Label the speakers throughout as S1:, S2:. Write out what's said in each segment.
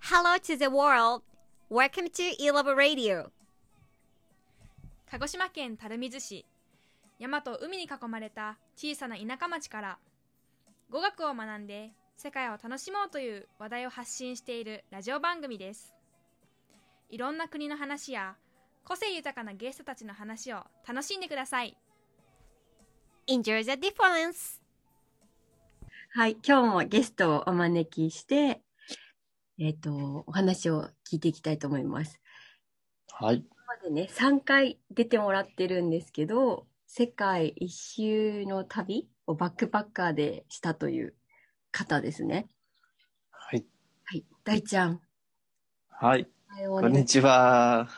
S1: Hello to the world! Welcome to Elab Radio!
S2: 鹿児島県垂水市山と海に囲まれた小さな田舎町から語学を学んで世界を楽しもうという話題を発信しているラジオ番組ですいろんな国の話や個性豊かなゲストたちの話を楽しんでください
S1: Enjoy the difference!
S3: はい、今日もゲストをお招きして、えっ、と、お話を聞いていきたいと思います。
S4: はい。
S3: 今までね、3回出てもらってるんですけど、世界一周の旅をバックパッカーでしたという方ですね。
S4: はい。
S3: はい、大ちゃん、
S4: はい。
S3: おはようお
S4: こん
S3: 願い
S4: にちは。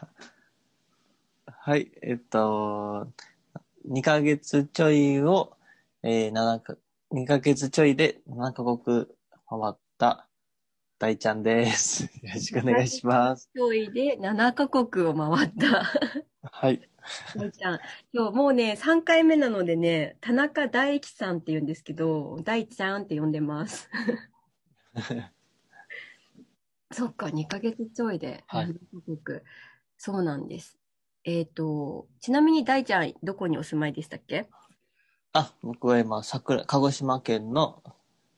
S4: はい。えっと、2ヶ月ちょいを、えー、7か、2ヶ月ちょいで7カ国ハマった大ちゃんです。よろしくお願いします。
S3: 今日で7カ国を回った。
S4: はい。
S3: 大ちゃん、今日もうね、3回目なのでね、田中大樹さんって言うんですけど、大ちゃんって呼んで ます。そっか、2ヶ月ちょいで、
S4: はい
S3: うんすごくそうなんです。えっ、と、ちなみに大ちゃん、どこにお住まいでしたっけ
S4: あ、僕は今、桜、鹿児島県の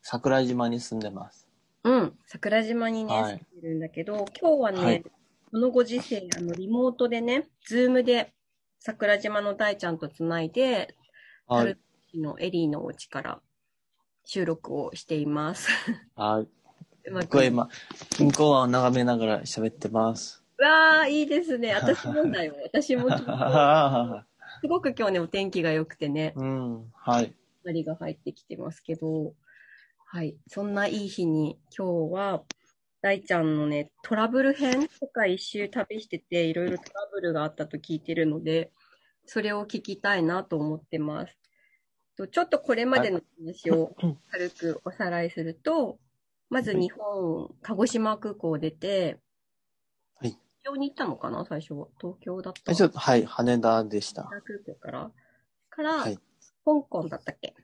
S4: 桜島に住んでます。
S3: うん、桜島にね、
S4: はい
S3: 住んでるんだけど、今日はね、
S4: はい
S3: このご時世、あの、リモートでね、ズームで桜島の大ちゃんとつないで、
S4: は
S3: 春
S4: い。
S3: 日のエリーのお家から収録をしてい ます。
S4: はい。
S3: うまく
S4: 僕は今、金庫湾を眺めながら喋ってます。
S3: うわあ、いいですね。私も だよ。私もきっと。すごく今日ね、お天気が良くてね、
S4: うん。はい。
S3: 光が入ってきてますけど、はい。そんないい日に、今日は、大ちゃんのね、トラブル編、世界一周旅してて、いろいろトラブルがあったと聞いてるので、それを聞きたいなと思ってます。とちょっとこれまでの話を軽くおさらいすると、まず日本、鹿児島空港を出て、
S4: はい
S3: 東京に行ったのかな最初は。東京だった。
S4: えちょっと、はい、羽田でした。
S3: 空港から。から、
S4: はい
S3: 香港だったっけ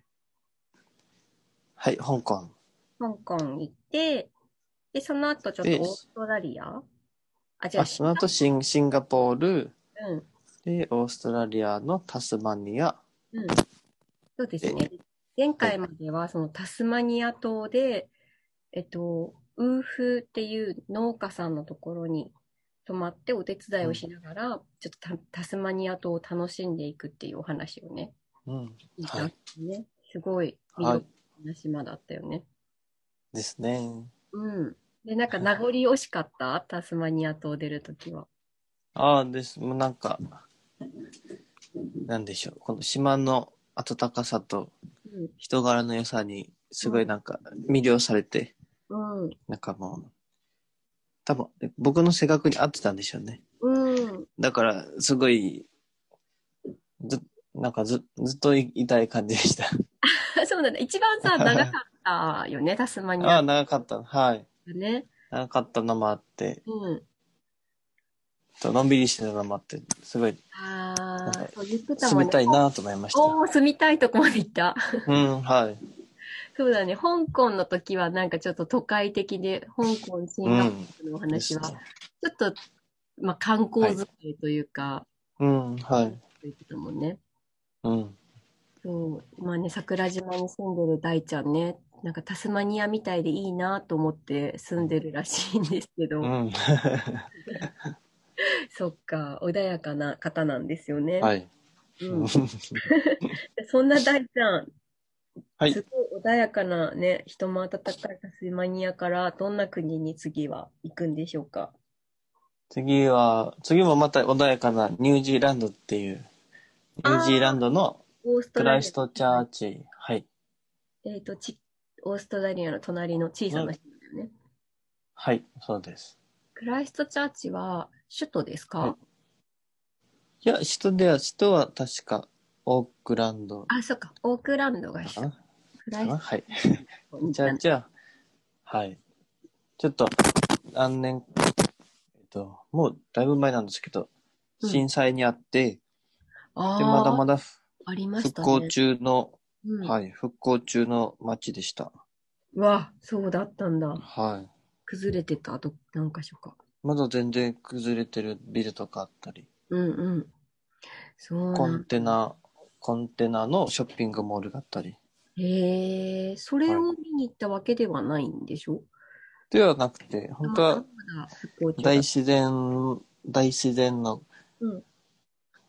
S4: はい、香港。
S3: 香港行って、で、その後ちょっと
S4: で
S3: オーストラリアあ、じゃ
S4: あ、
S3: あ、
S4: その後シン、シンガポール、
S3: うん、
S4: で、オーストラリアのタスマニア。
S3: うん。そうですね。前回までは、そのタスマニア島で、えっと、ウーフっていう農家さんのところに泊まってお手伝いをしながら、ちょっとタタスマニア島を楽しんでいくっていうお話をね、
S4: うん。
S3: 聞いた
S4: は
S3: ん
S4: い。
S3: ですね。すごい魅
S4: は
S3: 力
S4: い。
S3: な島だったよね。
S4: ですね。
S3: うん。で、なんか名残惜しかったタスマニア島出るときは。
S4: ああ、です。もうなんか、なんでしょう。この島の暖かさと
S3: うん。
S4: 人柄の良さに、すごいなんか魅了されて、
S3: うん。
S4: なんかもう、多分、僕の性格に合ってたんでしょうね。
S3: うん。
S4: だから、すごい、ず、なんかず、ずっといいたい感じでした。
S3: そうなんだ。一番 さ、長かったよね、タスマニ
S4: あ
S3: ア
S4: あ、長かった。はい。
S3: がね。
S4: 長かったのもあって、
S3: うん。
S4: とのんびりしてたのもあって、すごい
S3: あ
S4: なん
S3: あ
S4: か、
S3: そう言ってたも
S4: 住
S3: ん
S4: みた
S3: ね。
S4: いなと思いまし
S3: おお、住みたいとこまで行った。
S4: た。うん、はい。
S3: そうだね。香港の時はなんかちょっと都会的で、香港、シンガポールのお話は、
S4: です
S3: ち
S4: ね
S3: ょっと、まあ、観光づくりというか、
S4: うん、はい。
S3: 言ってたもんね。
S4: うん。
S3: そう、まあね、桜島に住んでる大ちゃんね、なんかタスマニアみたいでいいなと思って住んでるらしいんですけど、
S4: うん。
S3: そっか、穏やかな方なんですよね。
S4: はい。
S3: うん、そんな大ちゃん、
S4: はい
S3: すごい穏やかなね、人も温かいタスマニアから、どんな国に次は行くんでしょうか。
S4: 次は、次もまた穏やかなニュージーランドっていう、ニュージーランドの
S3: オースト
S4: ク
S3: ラ
S4: ライ
S3: リ
S4: ストチャーチ、はい。
S3: ア、えっ、とち、オーストラリアの隣の小さな島だよね。
S4: はい、そうです。
S3: クライストチャーチは首都ですか、
S4: はいいや、首都では、首都は確か、オークランド
S3: あ、そっか、オークランドが
S4: だ
S3: 首都。
S4: かな
S3: クラ
S4: か
S3: イス
S4: なはい。
S3: トチャーチ
S4: じゃあ、じゃあ、はい。ちょっと、何年、えっと、もうだいぶ前なんですけど、
S3: うん
S4: 震災にあって、
S3: あ
S4: で、
S3: あ、
S4: まだまだ
S3: ありまし
S4: 復
S3: たね。
S4: 興中の、
S3: うん
S4: はい、復興中の町でした。
S3: うわ、そうだったんだ。
S4: は
S3: 崩れてた、ど、何箇所か。
S4: まだ全然崩れてるビルとかあったり、
S3: うんうん。そう
S4: コ
S3: な
S4: ン
S3: ん
S4: テナ、コンテナのショッピングモールだったり、
S3: へえ、それを見に行ったわけではないんでしょ
S4: ではなくて、本当
S3: あ
S4: は
S3: まだ復興中だ
S4: 大自然、大自然の
S3: うん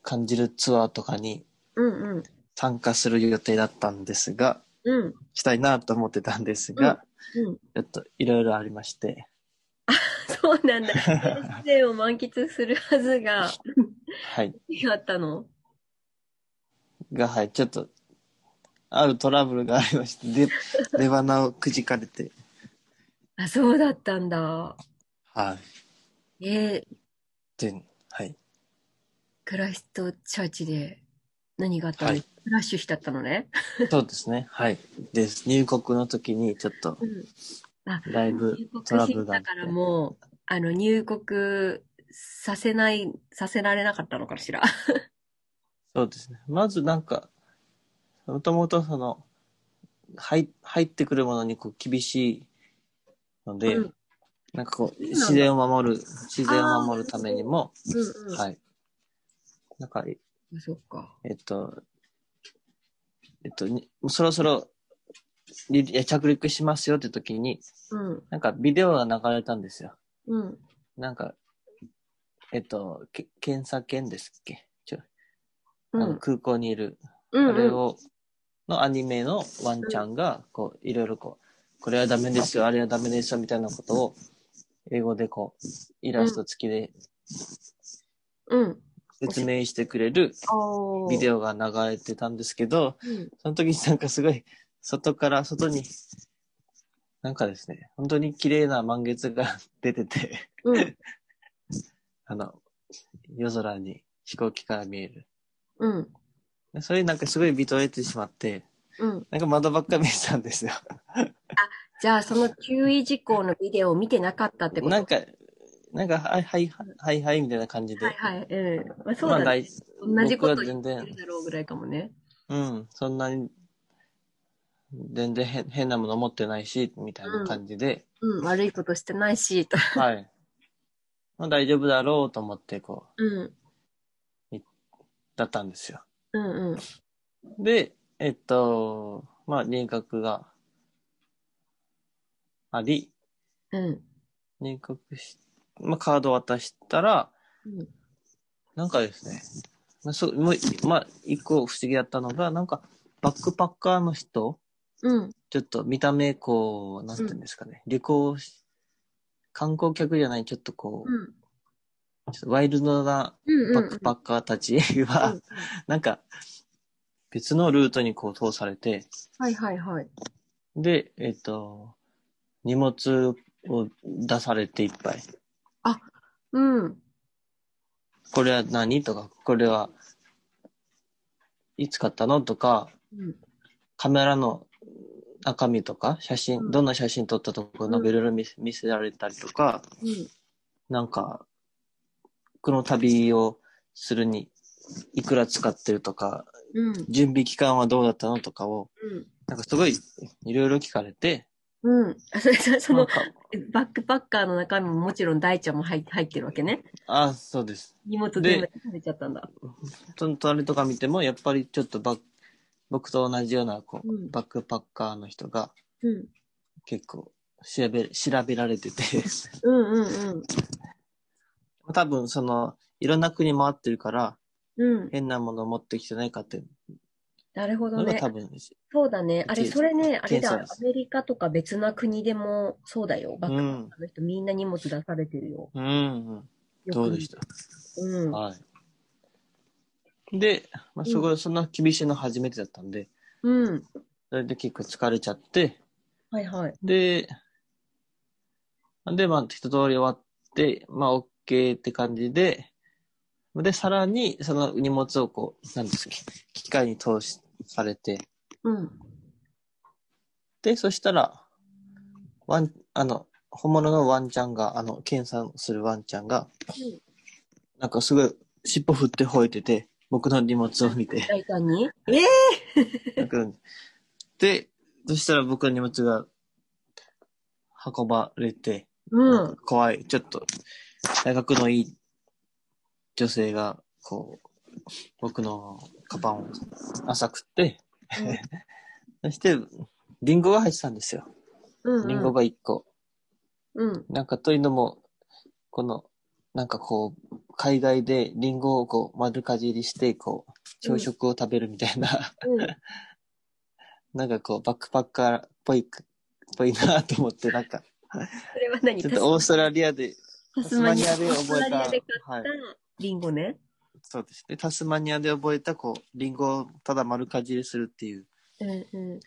S4: 感じるツアーとかに
S3: うんうん。
S4: 参加する予定だったんですが、
S3: うん
S4: したいなと思ってたんですが、
S3: うん。
S4: ちょっといろいろありまして、
S3: そうなんだ。自然を満喫するはずが、
S4: はい。
S3: あったの。
S4: が、はい、ちょっと、あるトラブルがありまして、 で、出花をくじかれて、
S3: あ、そうだったんだ。
S4: はい。
S3: えー、
S4: で、はい。
S3: クライストチャーチで何があったの、
S4: はい
S3: クラッシュしちゃったのね。
S4: そうですね。はい。です。入国の時にちょっと、
S3: うん。
S4: だいぶ
S3: 入
S4: トラ
S3: 国し
S4: ブル
S3: て
S4: があったて
S3: か。らもう、あの、入国させない、させられなかったのかしら。
S4: そうですね。まずなんか、もともとその、入入ってくるものにこう厳しいので、
S3: うん
S4: なんかこう、
S3: なんだ
S4: 自然を守る、自然を守るためにも、
S3: うんうん。
S4: はい。なんか、え
S3: そっか。
S4: っと、えっと、にそろそろ、りいや着陸しますよって時に、
S3: うん。
S4: なんかビデオが流れたんですよ。
S3: うん。
S4: なんか、えっと、け検査犬ですっけちょ、
S3: う
S4: あの
S3: ん。
S4: 空港にいる
S3: うん
S4: あれを、のアニメのワンちゃんが、こう、いろいろこう、これはダメですよ、あれはダメですよ、みたいなことを、英語でこう、イラスト付きで
S3: うん。
S4: 説明してくれる
S3: お
S4: ビデ
S3: オ。
S4: オが流れてたんですけど、
S3: うん。
S4: その時になんかすごい、外から、外に、なんかですね、本当に綺麗な満月が 出てて、
S3: うん。
S4: あの、夜空に飛行機から見える。
S3: うん。
S4: でそれになんかすごい見とれてしまって、
S3: うん。
S4: なんか窓ばっか見てたんですよ。
S3: じゃあ、その注意事項のビデオを見てなかったってこと
S4: なんか、なんか、はいはい、はいはい、みたいな感じで。
S3: はいはい。うん。まあ、そう
S4: まあ
S3: だね。
S4: 大
S3: 同じこと
S4: 僕は
S3: 言
S4: 全
S3: ってる
S4: 然、
S3: だろうぐらいかもね。
S4: うん、そんなに、全然変変なもの持ってないし、みたいな感じで、
S3: うん。悪いことしてないし、と。
S4: はい。まあ大丈夫だろうと思って、こ
S3: うん。
S4: う、だったんですよ。
S3: うんうん。
S4: で、えっと、まあ、入学があり、
S3: うん。
S4: 入学し、まあ、カード渡したら、
S3: うん
S4: なんかですね、まあ、そう、もう、まあ、一個不思議だったのが、なんか、バックパッカーの人、
S3: うん。
S4: ちょっと見た目、こう、なんていうんですかね、旅行し、観光客じゃない、ちょっとこう、
S3: うん。
S4: ちょっとワイルドな
S3: うんうん
S4: バ
S3: う
S4: ッ
S3: ん。
S4: クパッカーたちは、
S3: うん
S4: なんか、別のルートにこう通されて、
S3: はいはいはい。
S4: で、えっ、と、荷物を出されていっぱい。
S3: うん。
S4: これは何とか、これはいつ買ったのとか、
S3: うん。
S4: カメラの中身とか、写
S3: う
S4: 真、
S3: ん
S4: どんな写真撮ったとか、なんかいろいろ見せ見せられたりとか、
S3: うん。
S4: なんか、この旅をするに、いくら使ってるとか、
S3: うん。
S4: 準備期間はどうだったのとかを、
S3: うん。
S4: なんかすごい、いろいろ聞かれて、
S3: うん。あそれそそ
S4: なん
S3: の、
S4: か、
S3: バックパッカーの中身ももちろん大ちゃんも入って入ってるわけね。
S4: あそうです。
S3: 荷物全部食べちゃったんだ。
S4: その隣とか見ても、やっぱりちょっとバッ僕と同じような、こう、
S3: うん。
S4: バックパッカーの人が
S3: うん。
S4: 結構調べ、調べられ てて、
S3: うんうん
S4: 多分その、いろんな国回ってるから、
S3: うん。うん。
S4: 変なものを持ってきてないかっていう
S3: なるほど
S4: のが
S3: ね
S4: 多。分です、
S3: そうだね。あれ、
S4: 一
S3: それね、あれだ、
S4: 検
S3: ア
S4: 査です
S3: メリカとか別な国でもそうだよ。バッ
S4: う
S3: ク
S4: ん。
S3: パッカーの人みんな荷物出されてるよ。
S4: うん、うん。
S3: よく
S4: どうでした、
S3: うん。
S4: はい。で、まあ、そこ、そんな厳しいの初めてだったんで、
S3: うん。
S4: それで結構疲れちゃって、
S3: はいはい。
S4: で、で、まあ、一通り終わって、まあ、OK って感じで、で、さらに、その荷物をこう、なんですっけ、機械に通し、されて、
S3: うん。
S4: で、そしたら、ワン、あの、本物のワンちゃんが、あの、検査するワンちゃんが、
S3: うん
S4: なんかすごい、尻尾振って吠えてて、僕の荷物を見て、
S3: 大胆にええ
S4: なんかで、そしたら僕の荷物が運ばれて、
S3: う
S4: なん
S3: ん
S4: か。怖い。ちょっと、大学のいい女性が、こう、僕のカバンを浅くって、 そして、リンゴが入ってたんですよ。
S3: うん。
S4: リンゴが1個。
S3: うん。
S4: なんかというのも、この、なんかこう、海外でリンゴをこう丸かじりして、こう、朝食を食べるみたいな、
S3: うん。
S4: なんかこう、バックパッカーっぽい、ぽいなと思って、なんか、
S3: それは何
S4: ちょっとオーストラリアで、
S3: タ
S4: タスマニアで
S3: タスマ
S4: 覚え
S3: ニア
S4: た
S3: で買っ。
S4: はい
S3: た。リンゴね。
S4: そうですね。タスマニアで覚えた、こう、リンゴをただ丸かじりするっていう。
S3: うんうん。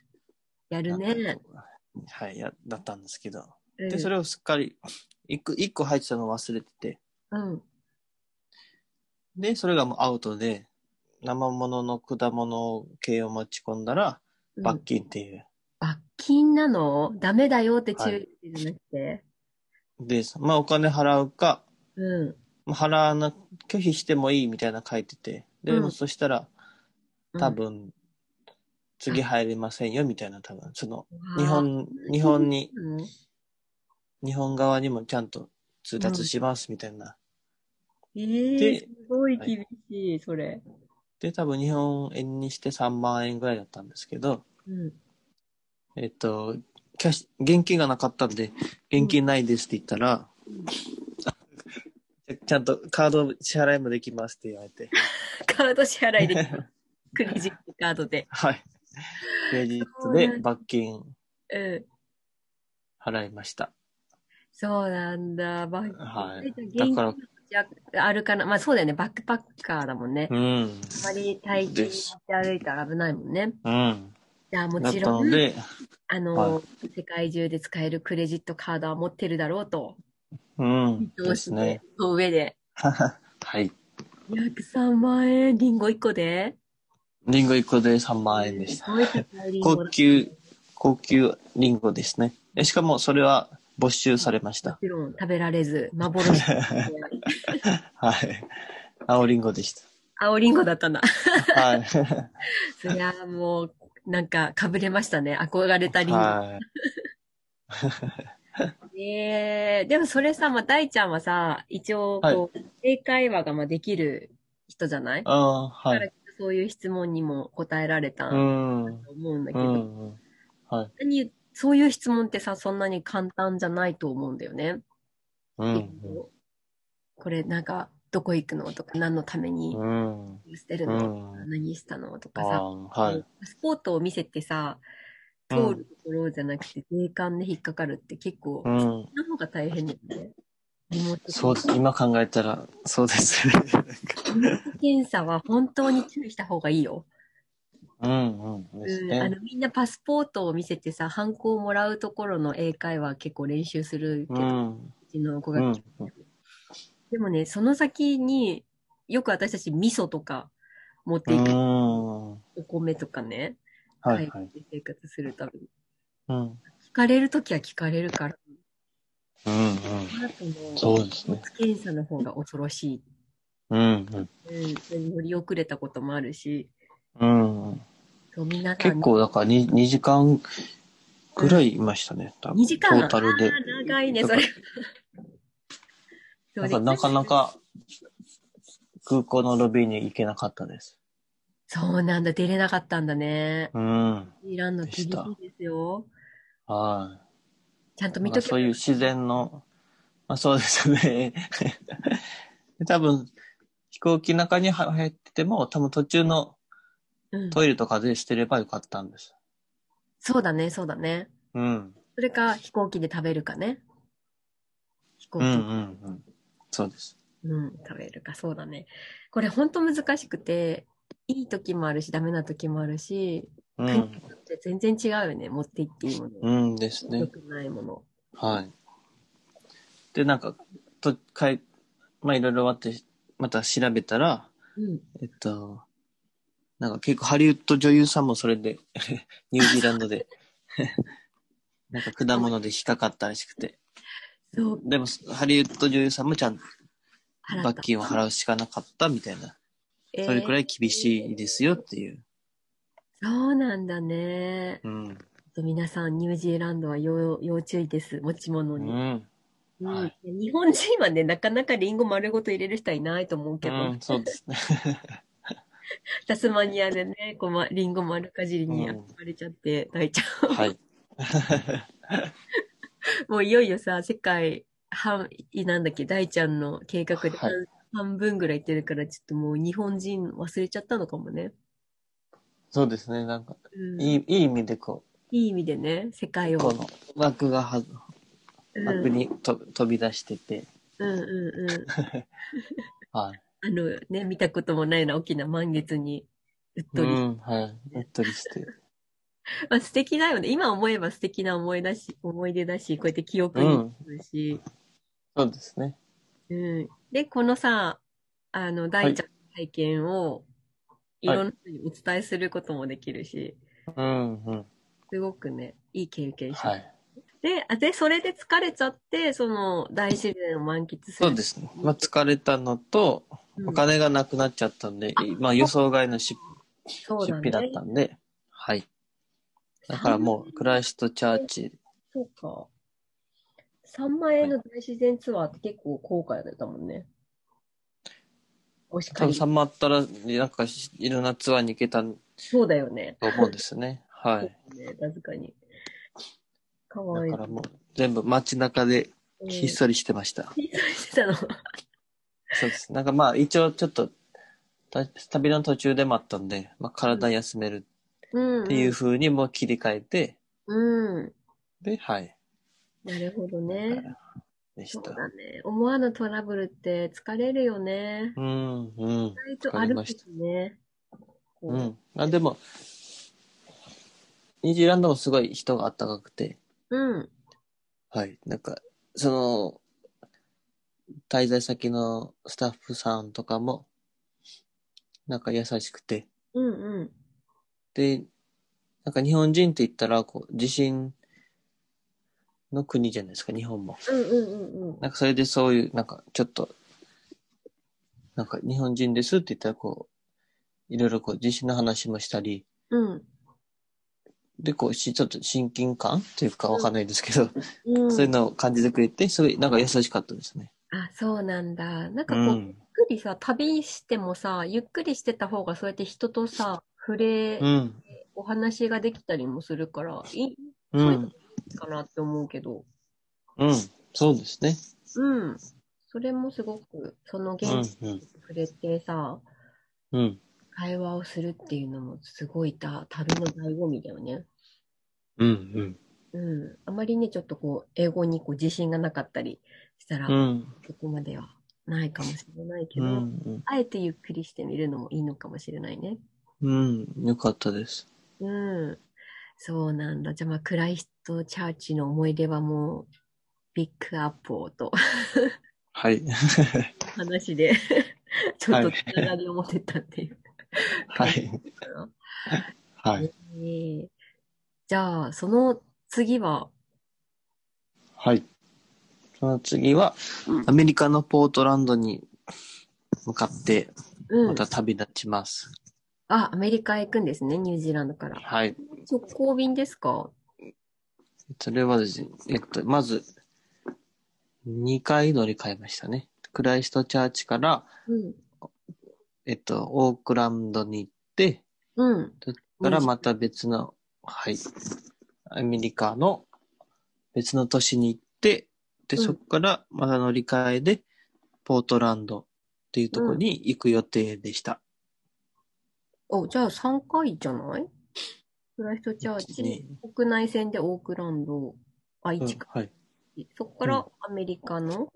S3: やる
S4: なん
S3: ね
S4: か。こうはい、や、だったんですけど。
S3: うん
S4: で、それをすっかり、一個、一個入ってたのを忘れてて。
S3: うん。
S4: で、それがもうアウトで、生物の果物系を持ち込んだら、
S3: うん
S4: 罰金っていう。
S3: 罰金なのダメだよって注意してじゃなくて。
S4: で、まあお金払うか、
S3: うん。
S4: まあ払わな、拒否してもいいみたいなの書いてて。で、
S3: うん
S4: そしたら、
S3: うん
S4: 多分、次入れませんよみたいな、多分、その、
S3: うわー
S4: 日本、日本に、
S3: うん
S4: 日本側にもちゃんと通達しますみたいな。
S3: えー、
S4: です
S3: ごい厳しい、それ。
S4: で、多分日本円にして3万円ぐらいだったんですけど、
S3: うん。
S4: えっと、キャッシュ、現金がなかったんで、現金ないですって言ったら、ちゃんとカード支払いもできますって言われて、
S3: カード支払 いできる。クレジットカードで。
S4: はい。クレジット
S3: そうな
S4: で
S3: ん
S4: 罰金
S3: うん。
S4: 払いました。
S3: そうなんだ。バッ
S4: はい
S3: 現金持ちあるかな。まあそうだよね。バックパッカーだもんね。
S4: うん。
S3: あまり大金持ち歩いたら危ないもんね。
S4: うん。
S3: じゃあも
S4: だっ
S3: ち
S4: た
S3: ろ
S4: の
S3: ん、
S4: で、
S3: あの、世界中で使えるクレジットカードは持ってるだろうと。
S4: うん。
S3: どう
S4: で
S3: し
S4: す
S3: て、
S4: ね。
S3: その上で。
S4: はい。
S3: 約3万円、リンゴ1個で。
S4: リンゴ1個で3万円でした
S3: す。ごい高いリンゴ
S4: 高
S3: だ。
S4: 級、高級リンゴですね。えしかもそれは没収されまし
S3: も
S4: た。
S3: ちろん食べられず、幻のリンゴで。
S4: はい。青リンゴでし
S3: 青リンゴだ ったんだ。
S4: た。は
S3: そりゃもう、なんか、かぶれましたね。憧れた
S4: い。
S3: リンゴ。
S4: は
S3: ええでもそれさ、まあ、大ちゃんはさ、一応、こう、英会話がまあできる人じゃない
S4: い。ああー、は
S3: だ
S4: い。
S3: からそういう質問にも答えられた
S4: う
S3: と
S4: ん。うん
S3: 思うんだけ
S4: う
S3: ど、
S4: ん。はい。
S3: 何そういう質問ってさ、そんなに簡単じゃないと思うんだよね。
S4: うん。
S3: これなんか、どこ行くのとか、何のために
S4: うん。
S3: 捨てる
S4: う
S3: の、
S4: ん。
S3: 何したのと
S4: あ
S3: かさ、
S4: ーはい。
S3: パスポートを見せてさ、通るところじゃなくて、税関で引っかかるって結構、
S4: う
S3: そっ
S4: ん。
S3: ちの方が大変だよね。リモート
S4: そうです。今考えたら、そうですね。
S3: 検査は本当に注意した方がいいよ。
S4: うんうん。です
S3: うん、あ
S4: ね。
S3: のみんなパスポートを見せてさ、ハンコをもらうところの英会話結構練習するけ
S4: う。
S3: ど、うんちの子
S4: う
S3: が、
S4: ん。
S3: でもね、その先によく私たち味噌とか持って
S4: う
S3: いく、
S4: ん。
S3: お米とかね、
S4: はいはい。
S3: で生活するために。
S4: うん。
S3: 聞かれるときは聞かれるから、
S4: うんうん。
S3: あなたの
S4: そうですね。
S3: 検査の方が恐ろし
S4: うんうん。
S3: い。うん、それに乗り遅れたこともあるし、
S4: うんうん。
S3: そうみんなが
S4: 結構、だから 2, 時間ぐらいいましたね。多分
S3: 2時間
S4: トータルで。
S3: あー長いね、それ。
S4: なんかなかなか空港のロビーに行けなかったです。
S3: そうなんだ、出れなかったんだね。
S4: うん。
S3: イランの厳しいですよ。
S4: は
S3: ちゃんと
S4: い。
S3: 見
S4: な
S3: と
S4: んか
S3: け
S4: そういう自然の、まあそうですね。 で多分、飛行機の中に入ってても、多分途中の
S3: うん
S4: トイレとかで捨てればよかったんです。
S3: そうだね、そうだね。
S4: うん。
S3: それか、飛行機で食べるかね。飛行
S4: うんう
S3: 機、
S4: んう
S3: うん
S4: ん。そうです。
S3: 食べるか、そうだね。これ、ほんと難しくて、いい時もあるし、ダメな時もあるし、
S4: うん。
S3: 全然違うよね、持って行っていいもの。
S4: うんですね
S3: 良。くないもの。
S4: はい。で、なんか、と、かい、まあ、いろいろ待って、また調べたら、
S3: うん。
S4: えっと、なんか結構ハリウッド女優さんもそれで、 ニュージーランドで、 なんか果物で引っかかったらしくて。
S3: そう、
S4: でも、ハリウッド女優さんもちゃんと
S3: 払った
S4: 罰金を払うしかなかったみたいな。それくらい厳しいですよっていう。
S3: えーそうなんだね。
S4: うん。
S3: ちょっと皆さん、ニュージーランドは要要注意です。持ち物
S4: う
S3: に。
S4: ん。
S3: うん
S4: は
S3: 日本人はね、なかなかリンゴ丸ごと入れる人はいないと思うけ
S4: う
S3: ど、
S4: ん、そうですね。
S3: タスマニアでね、こうま、リンゴ丸かじりに
S4: うん
S3: 憧れちゃって、大ちゃん。
S4: はい。
S3: もういよいよさ、世界半、なんだっけ、大ちゃんの計画で
S4: はい
S3: 半分ぐらい行ってるから、ちょっともう日本人忘れちゃったのかもね。
S4: そうですね。なんか、
S3: うん、
S4: い
S3: い
S4: い、いい意味でこ
S3: い意味でね、世界
S4: う、
S3: を。
S4: この枠がは、
S3: うん、
S4: 枠にと飛び出してて、
S3: うんうんうん。
S4: はい。
S3: あのね、見たこともないような大きな満月に、うっ
S4: う
S3: とり。
S4: ん、はい。うっとりして。
S3: まあ、素敵だよね。今思えば素敵な思いだし、思い出だし、こうやって記憶に
S4: うん
S3: なるし。
S4: そうですね。
S3: うん。で、このさ、あの、大ちゃんの体験を、いろんな人にお伝えすることもできるし、
S4: うん、うん。
S3: すごくね、いい経験した。
S4: はい。
S3: で、あで、それで疲れちゃって、その、大自然を満喫する。
S4: そうですね。まあ、疲れたのと、
S3: うん
S4: お金がなくなっちゃったんで、まあ、予想外の失
S3: そう
S4: 出
S3: だ
S4: 費だっ
S3: ね。
S4: たんで、はい。だからもう、クライストチャーチ、
S3: そうか。3万円の大自然ツアーって結構高価だったもんね。おしか
S4: 多分
S3: り。
S4: 3万あったら、なんか、いろんなツアーに行けたと
S3: そうだよね。
S4: 思うんですね。はい。
S3: ね確かに。かわいい
S4: だ。からもう、全部街中で、
S3: うん
S4: ひっそりしてました。
S3: ひっ そりしてたの。
S4: そうです。なんかまあ、一応ちょっと、た旅の途中でもあったんで、まあ、体休める
S3: うん。
S4: っていう風にもう切り替えて、
S3: うん。
S4: で、はい。
S3: なるほどね。
S4: でし
S3: そう
S4: た。
S3: だね。思わぬトラブルって疲れるよね。
S4: うん、うん。
S3: 意外とあるしね。こ
S4: う。ん。あ、でも、ニュージーランドもすごい人があったかくて、
S3: うん。
S4: はい。なんか、その、滞在先のスタッフさんとかも、なんか優しくて、
S3: うんうん。
S4: で、なんか日本人って言ったら、こう、地震の国じゃないですか、日本も。
S3: うんうんうんうん。
S4: なんかそれでそういう、なんかちょっと、なんか日本人ですって言ったら、こう、いろいろこう、地震の話もしたり、
S3: うん。
S4: で、こう、し、ちょっと親近感というかわかんないですけど、
S3: うん、
S4: そういうのを感じてくれて、すごい、なんか優しかったですね。
S3: あ、そうなんだ。なんか
S4: う
S3: こう、ゆっ
S4: ん。
S3: くりさ、旅してもさ、ゆっくりしてた方がそうやって人とさ、触れ、
S4: うん。
S3: お話ができたりもするから、い
S4: う。
S3: そういうんいかなって思うけど。
S4: うん。そうですね。
S3: うん。それもすごく、その現地
S4: うん。
S3: に触れてさ、
S4: うん。うん。
S3: 会話をするっていうのもすごいた旅の醍醐味だよね。
S4: うん。
S3: うん。あまりね、ちょっとこう、英語にこう自信がなかったりしたら、
S4: うん。うん。
S3: そこまではないかもしれないけ
S4: う
S3: ど、
S4: ん。
S3: あえてゆっくりしてみるのもいいのかもしれないね。
S4: うん。よかったです。
S3: うん。そうなんだ。じゃあまあ、クライストチャーチの思い出はもう、ビッグアップをと
S4: はい。
S3: 話で、 ちょっと
S4: はい
S3: つながりを持てたっていう。
S4: はい。はい。
S3: ええじゃあ、その次は、
S4: はい。その次は、アメリカのポートランドに向かって、
S3: う
S4: ま
S3: ん。
S4: た旅立ちます。
S3: あ、アメリカへ行くんですね、ニュージーランドから。
S4: はい。
S3: 直行便ですか
S4: それはですね、えっと、まず、2回乗り換えましたね。クライストチャーチから、
S3: うん。
S4: えっと、オークランドに行って、
S3: うん。
S4: そこからまた別の、はい、アメリカの別の都市に行って、で、
S3: うん
S4: そこからまた乗り換えで、ポートランドっていうところに行く予定でした。
S3: お、じゃあ3回じゃないクライストチャーチ、国内線でオークランド、あ、
S4: うん
S3: 1か、
S4: はい。
S3: そこからアメリカの、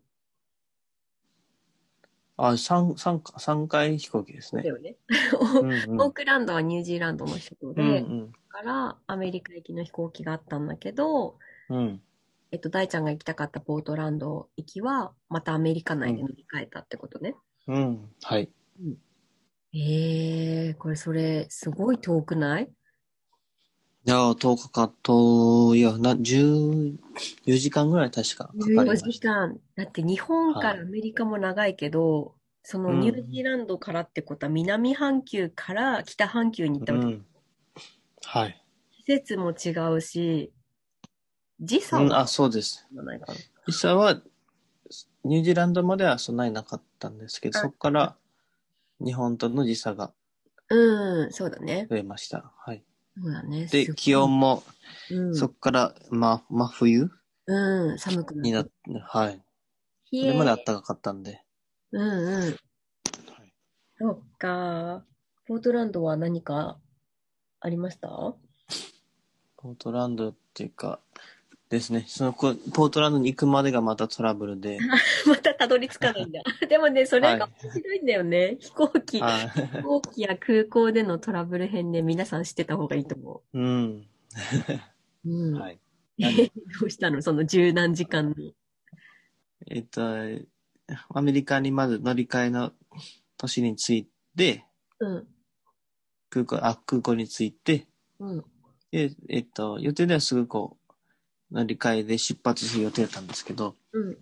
S4: あ、三三三回飛行機です
S3: だ
S4: ね。
S3: よね。
S4: うんうん
S3: オークランドはニュージーランドの首都
S4: う
S3: で、そこ
S4: ん
S3: からアメリカ行きの飛行機があったんだけど、
S4: うん。うん。
S3: えっと、大ちゃんが行きたかったポートランド行きは、またアメリカ内で乗り換えたってことね。
S4: うん。はい。
S3: ええー、これそれ、すごい遠くない
S4: いやー、10日かと、いや、な、14時間ぐらい確かかかりま
S3: 14
S4: し
S3: 時
S4: た。
S3: 間。だって日本か
S4: はい
S3: らアメリカも長いけど、その
S4: うん
S3: ニュージーランドからってことは南半球から北半球に行った
S4: う
S3: わけ。
S4: ん。はい。
S3: 季節も違うし、時
S4: う
S3: 差
S4: ん、
S3: も
S4: あ、そうです。
S3: じゃないかな。
S4: 時差はニュージーランドまではそんなになかったんですけど、
S3: あ
S4: そこから日本との時差が
S3: うん、そうだね。
S4: 増えました。はい。
S3: そうだね。す
S4: で
S3: ご、い
S4: 気温も、
S3: うん、
S4: そこから、ま、真冬
S3: うん、寒く
S4: に
S3: な
S4: な
S3: っ
S4: って、はい。
S3: て。
S4: それまで暖かかったんで。
S3: うんうん。
S4: はい
S3: そうか。ポートランドは何かありました
S4: ポートランドっていうか、ですね。そのこポートランドに行くまでがまたトラブルで。
S3: またたどり着かないんだ。 でもね、それが
S4: は
S3: 面白いんだよね。飛行機、飛
S4: あ
S3: 行機や空港でのトラブル編ね、皆さん知ってた方がいいと思
S4: うん。
S3: う。うん。
S4: はい。
S3: どうしたのその十何時間に。
S4: えっと、アメリカにまず乗り換えの年に着いて、
S3: うん。
S4: 空港、あ、空港に着いて、
S3: うん。
S4: で、えっと、予定ではすぐこう、乗り換えで出発する予定だったんですけど、
S3: うん。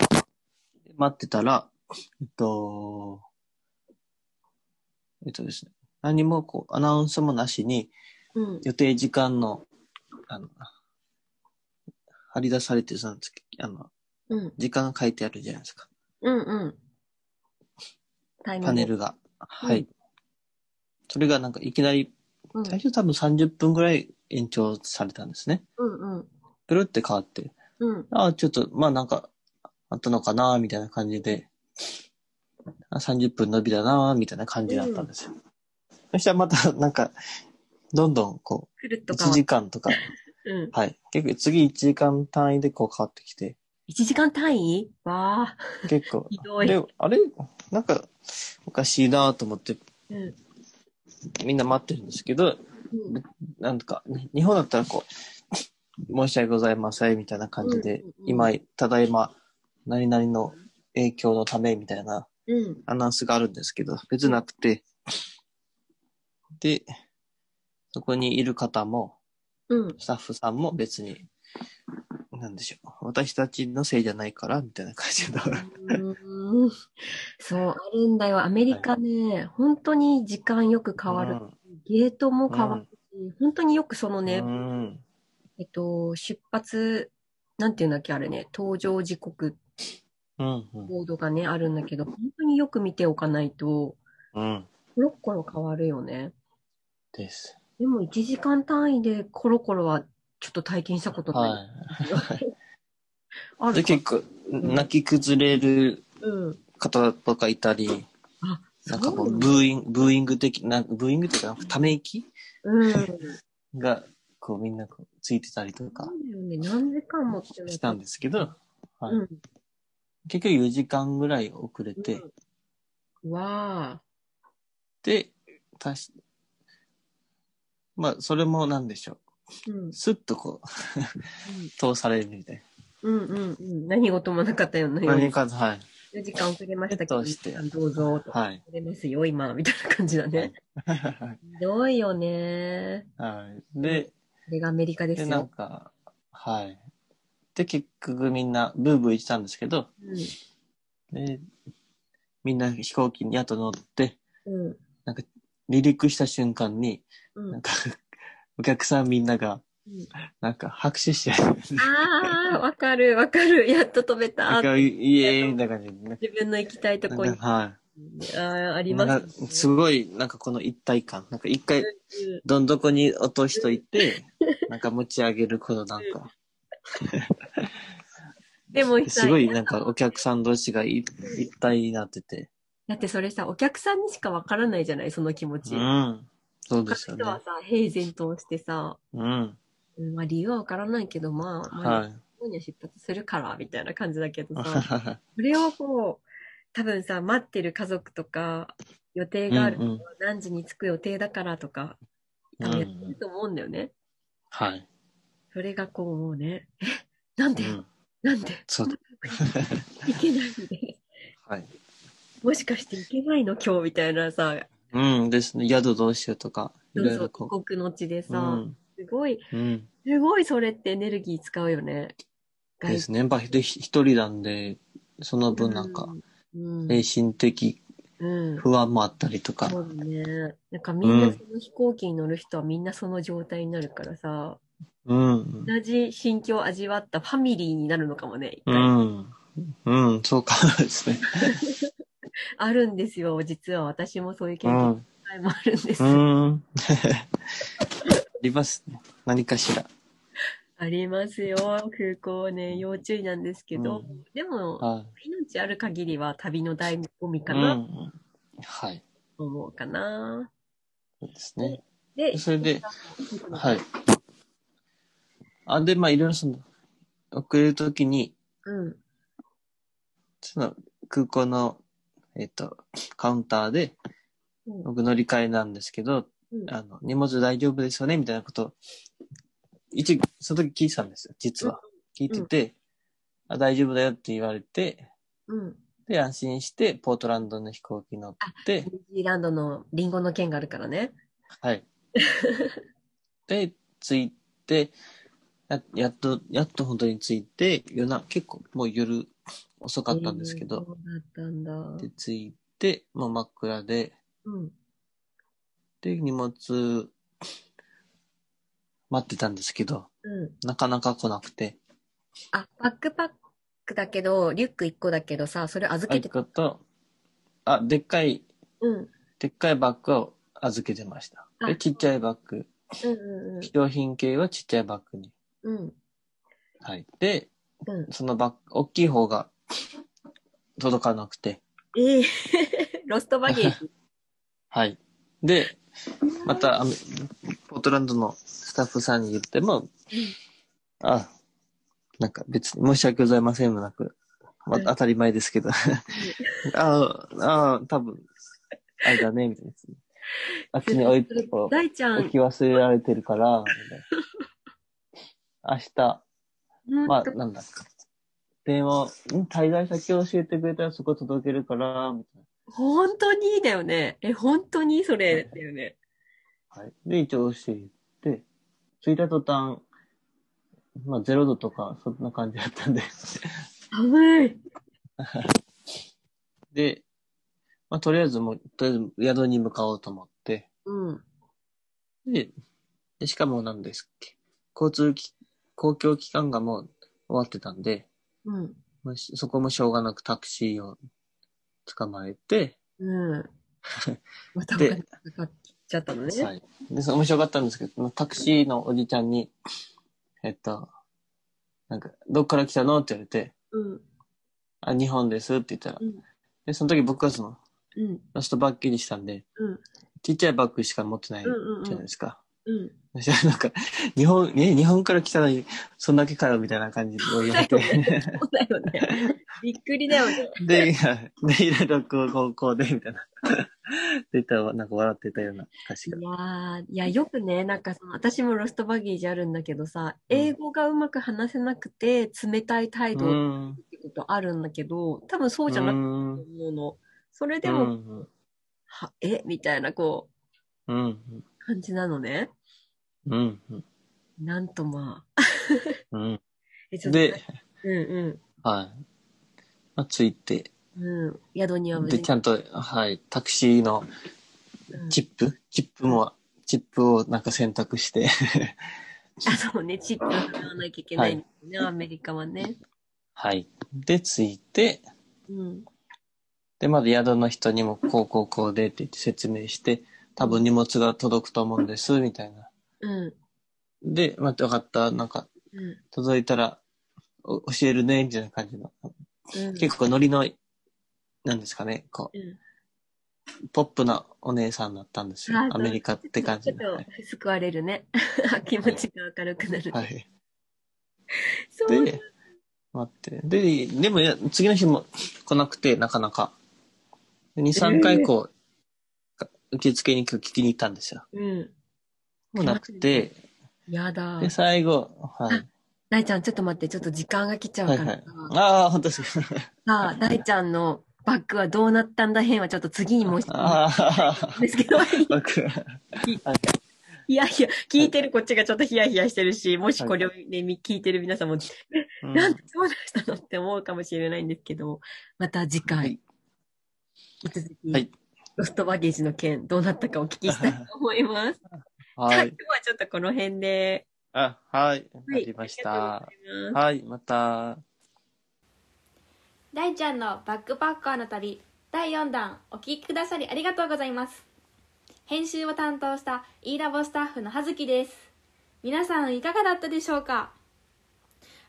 S4: 待ってたら、えっと、えっとですね、何もこう、アナウンスもなしに、
S3: うん。
S4: 予定時間の、あの、張り出されて、その、つあの、
S3: うん。
S4: 時間が書いてあるじゃないですか。
S3: うん。うん。タイミング
S4: パネルが。は
S3: う
S4: い。それがなんかいきなり、
S3: うん。
S4: 最初多分30分ぐらい延長されたんですね。
S3: うん。うん。
S4: ぐるって変わって。
S3: うん。
S4: ああ、ちょっと、まあなんか、あったのかな、みたいな感じで、あ30分伸びたな、みたいな感じだったんですよ。そしたらまた、なんか、どんどん、こ
S3: くるっ
S4: う、
S3: と変
S4: 1
S3: わる
S4: 時。間とか、
S3: うん。
S4: はい。結構次1時間単位でこう変わってきて、
S3: 1時間単位わあ。
S4: 結構
S3: ひ、どい。
S4: で、あれなんか、おかしいなと思って、
S3: うん。
S4: みんな待ってるんですけど、
S3: うん
S4: なんとか、ね、日本だったらこう、申し訳ございません、みたいな感じ
S3: う
S4: で、
S3: んうんうん
S4: 今、ただいま、何々の影響のため、みたいな
S3: うん。
S4: アナウンスがあるんですけど、別になくて、で、そこにいる方も、
S3: うん。
S4: スタッフさんも別に、なんでしょう、私たちのせいじゃないから、みたいな感じの。
S3: うーんそう、あるんだよ。アメリカね、本当に時間よく変わる。ゲートも変わるし、本当によくその
S4: うん。
S3: ね
S4: う、ん
S3: えっと、出発、なんていうんだっけ、あれね、搭乗時刻
S4: うん。うん
S3: ボードがね、あるんだけど、本当によく見ておかないと、
S4: うん。
S3: コロッコロ変わるよね。
S4: です。
S3: でも1時間単位でコロコロはちょっと体験したことない。
S4: はい。
S3: あ
S4: で、
S3: るか
S4: 結構、泣き崩れる
S3: うん。
S4: 方とかいたり、
S3: あ、
S4: なんかこ、
S3: そうう
S4: ブーイング、ブーイング的な、ブーイングっていうか、ため息
S3: うん。そう
S4: が、こう、みんなこうついてたりとか
S3: だよね。何時間もって
S4: したんですけど、はい
S3: うん。
S4: 結局4時間ぐらい遅れて、
S3: うんわあ。
S4: で、たし、まあ、それもなんでしょ
S3: うん
S4: う。。スッとこう、通されるみたい
S3: うんうんうん。何事もなかったような
S4: な。何か、はい。
S3: 4時間遅れましたけど、
S4: えっとして
S3: どうぞ、と。
S4: はい。
S3: 遅れますよ、今、みたいな感じだね。ひどいよね。
S4: はい。で、
S3: これがアメリカで
S4: で、
S3: す
S4: なん
S3: よ。
S4: か、はい。で、結局みんな、ブーブー言ってたんですけど、
S3: う
S4: で、みんな飛行機にやっと乗って、
S3: ん。う
S4: 離陸した瞬間に、
S3: ん。う
S4: なん
S3: ん。
S4: か、 お客さんみんなが
S3: うん、
S4: なんか拍手してる。
S3: ああ、わかる、わかる。やっと飛べ
S4: な
S3: た
S4: ん。か、イエーイみたいな感じでね。
S3: 自分の行きたいとこに、
S4: なんかは
S3: ああ、あ
S4: い。
S3: り
S4: な
S3: ま
S4: んか
S3: す、ね。
S4: すごい、なんかこの一体感。なんか一回、
S3: うん
S4: どん底に落としといて、なんか持ち上げるこのなん か、
S3: でもさ
S4: すごいなんかお客さん同士がい一体になってて。
S3: だってそれさ、お客さんにしかわからないじゃない、その気持ち。
S4: うん。そうで
S3: 他
S4: すよ
S3: の人は
S4: ね。
S3: さ、平然としてさ、
S4: うん。
S3: うんまあ理由はわからないけど、まあ、まあ、
S4: は
S3: 日本には出発するから、みたいな感じだけど さ、
S4: い。
S3: それをこう、多分さ、待ってる家族とか、予定がある、
S4: うんうん
S3: 何時に着く予定だからとか、多分やってると思うんだよね。
S4: はい。
S3: それがこう、もうね、え、なん
S4: う
S3: で、
S4: ん。
S3: なんで、
S4: そうだ。
S3: いけないみたいな。
S4: はい。
S3: もしかしていけないの今日みたいなさ、
S4: うんですね。宿どうしようとか、い
S3: そう
S4: ろい
S3: そ
S4: ろ
S3: う、
S4: こ
S3: 異国の地で
S4: う。う
S3: さ、
S4: ん。
S3: すごい、
S4: うん。
S3: すごいそれってエネルギー使うよね。
S4: ですね。やっぱでひ一人なんで、その分なんか、
S3: うん、うん
S4: 精神的
S3: うん
S4: 不安もあったりとか
S3: そ。うだね。なんかみん
S4: う
S3: なんその飛行機に乗る人はみんなその状態になるからさ、
S4: うん。
S3: 同じ心境を味わったファミリーになるのかもね、一
S4: う
S3: 回。
S4: ん。うん、そうかもですね。
S3: あるんですよ。実は私もそういう経
S4: う
S3: 験
S4: ん。
S3: もあるんです。
S4: うーん。 ありますね。何かしら。
S3: ありますよ。空港はね、要注意なんですけど。
S4: うん
S3: でも、
S4: は
S3: 命ある限りは旅の醍醐味
S4: い。
S3: か
S4: う。
S3: なん
S4: はい。
S3: と思うかな。
S4: そうですね。
S3: で、。
S4: それで、はいい。あ、で、まあ、いろいろその、遅れるときに、
S3: うん。
S4: その、空港の、えっと、カウンターで、
S3: うん
S4: 僕乗り換えなんですけど、
S3: うん
S4: あの、荷物大丈夫ですよねみたいなことを、一応、その時聞いてたんですよ、実は。聞いてて、あ、大丈夫だよって言われて、
S3: うん。
S4: で、安心して、ポートランドの飛行機乗って
S3: ニ、ュージーランドのリンゴの県があるからね。
S4: はい。で、着いて、ややっと、やっと本当に着いて、夜な、結構もう夜遅かったんですけ
S3: えー
S4: ど、
S3: そうだったんだ。
S4: で、着いて、もう真っ暗で、
S3: うん。
S4: で、荷物、待ってたんですけど、
S3: うん。
S4: なかなか来なくて、
S3: あ、バックパックだけど、リュック1個だけどさ、それ預け
S4: 相
S3: て、
S4: 方、あ、でっかい、
S3: うん。うん
S4: でっかいバッグを預けてました。
S3: あ
S4: で、ちっちゃいバッグ、
S3: うん
S4: 貴重品系はちっちゃいバッグに
S3: うん。うん。
S4: 入って、
S3: うん。
S4: そのバッグ、大きい方が届かなくて、
S3: ええ ロストバゲー ジ。
S4: はい。で、また、あのポートランドのスタッフさんに言っても、あ、なんか別に申し訳ございませんもなく、ま
S3: うん
S4: 当たり前ですけど、 ああ、多分、あれだね、みたいな。あっちに置いて、こう
S3: 大ちゃ
S4: 置
S3: ん、
S4: き忘れられてるから、みたいな明日、まあ、なんだ。電話を、ん滞在先を教えてくれたらそこ届けるから、みたいな。
S3: 本当にだよね。え、本当にそれだよね。
S4: はい。で、一応教えて、着いた途端、まあ、0度とか、そんな感じだったんで。
S3: 寒い。
S4: で、まあ、とりあえずもう、とりあえず宿に向かおうと思って、
S3: うん。
S4: で、でしかも何ですっけ、交通き、公共機関がもう終わってたんで、
S3: うん。
S4: まあしそこもしょうがなくタクシーを捕まえて、
S3: うん。またお
S4: で
S3: 金かかっちゃったのね。
S4: はい。で、それ面白かったんですけど、まあタクシーのおじちゃんに、えっと、なんか、どっから来たのって言われて、
S3: うん。
S4: あ、日本ですって言ったら、
S3: うん
S4: で、その時僕はその、
S3: うん。
S4: ラストバッグにしたんで、
S3: うん
S4: ちっちゃいバッグしか持ってない
S3: うんうんうん
S4: じゃないですか。
S3: うん。
S4: そしたらなんか、日本、え、日本から来たのに、そんだけかよ、みたいな感じで言われて。
S3: そうだよね。びっくりだよね。
S4: で、いやで、いろいろこう、こう、こうで、みたいな。 で、たらなんか笑ってたような歌詞
S3: い
S4: が。
S3: やーいや、よくね、なんかその、私もロストバゲージあるんだけどさ、英語がうまく話せなくて、冷たい態
S4: う
S3: 度っ
S4: ん。
S3: てことあるんだけど、多分そうじゃなくて
S4: うん
S3: 思うの。それでも、
S4: うん
S3: はえみたいな、こ
S4: うん。
S3: う、感じなのね。
S4: うん。うん
S3: なんとまあ。
S4: うん。
S3: えちょっと
S4: で、
S3: うんう
S4: はい。まあ、ついて、
S3: ん。うん。宿には無事
S4: で、
S3: に
S4: ちゃんと、はい、タクシーの
S3: うん
S4: チップチップも、チップをなんか選択して、
S3: あ、そうね、チップを払わなきゃいけないんですね、アメリカはね。
S4: はい。で、ついて、
S3: うん。
S4: で、まず宿の人にも、こう、こう、こうでって言って説明して、多分荷物が届くと思うんです、みたいな。
S3: うん。
S4: で、待って、わかった、なんか、
S3: う
S4: 届いたら、お教えるね、みたいな感じの。
S3: ん。うん。
S4: 結構ノリの、なんですかね、こ
S3: うん
S4: う、ポップなお姉さんだったんですよ。
S3: あー
S4: アメリカって感
S3: ち
S4: じ
S3: ょっ
S4: の。はい
S3: と救われるね。気持ちが明るくなる。
S4: はい。
S3: そう
S4: で、待って。で、でもいや、次の日も来なくて、なかなか。2、3回こう、受付に今日聞きに行ったんですよ。
S3: うん。
S4: もうなくて、
S3: やだ
S4: で、。最後、はい。
S3: 大ちゃん、ちょっと待って、ちょっと時間が来ちゃう
S4: は
S3: か
S4: い
S3: ら
S4: は
S3: さ
S4: い。ああ、本当ですか。
S3: さあ、大ちゃんのバッグはどうなったんだ編はちょっと次に申し上
S4: あ
S3: げるんですけど、
S4: あ、僕は。
S3: いやいや、聞いてるこっちがちょっとヒヤヒヤしてるし、もしこれをね、み聞いてる皆さんも、
S4: うん
S3: なんでそうでしたのって思うかもしれないんですけど、また次回、
S4: はい
S3: 引き続き、
S4: はい
S3: ロストバゲージの件、どうなったかお聞きしたいと思います。じゃあ
S4: は
S3: 今
S4: い。
S3: 日はちょっとこの辺で。
S4: あ、はい。わか
S3: はい
S4: りまし
S3: あ
S4: た。
S3: りがとうございます
S4: はい、また。
S2: 大ちゃんのバックパッカーの旅第4弾お聞きくださりありがとうございます編集を担当した e ラボスタッフの葉月です皆さんいかがだったでしょうか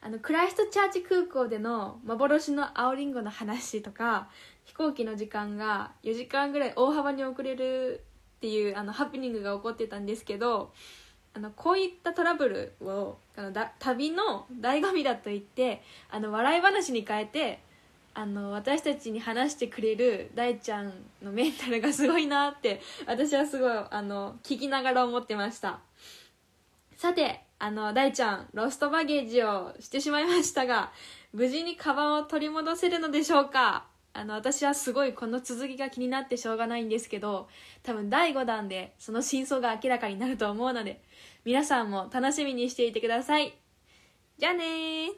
S2: あのクライストチャーチ空港での幻の青りんごの話とか飛行機の時間が4時間ぐらい大幅に遅れるっていうあのハプニングが起こってたんですけどあのこういったトラブルをあのだ旅の醍醐味だと言ってあの笑い話に変えてあの私たちに話してくれる大ちゃんのメンタルがすごいなって私はすごいあの聞きながら思ってましたさてあの大ちゃんロストバゲージをしてしまいましたが無事にカバンを取り戻せるのでしょうかあの私はすごいこの続きが気になってしょうがないんですけど多分第5弾でその真相が明らかになると思うので皆さんも楽しみにしていてくださいじゃあねー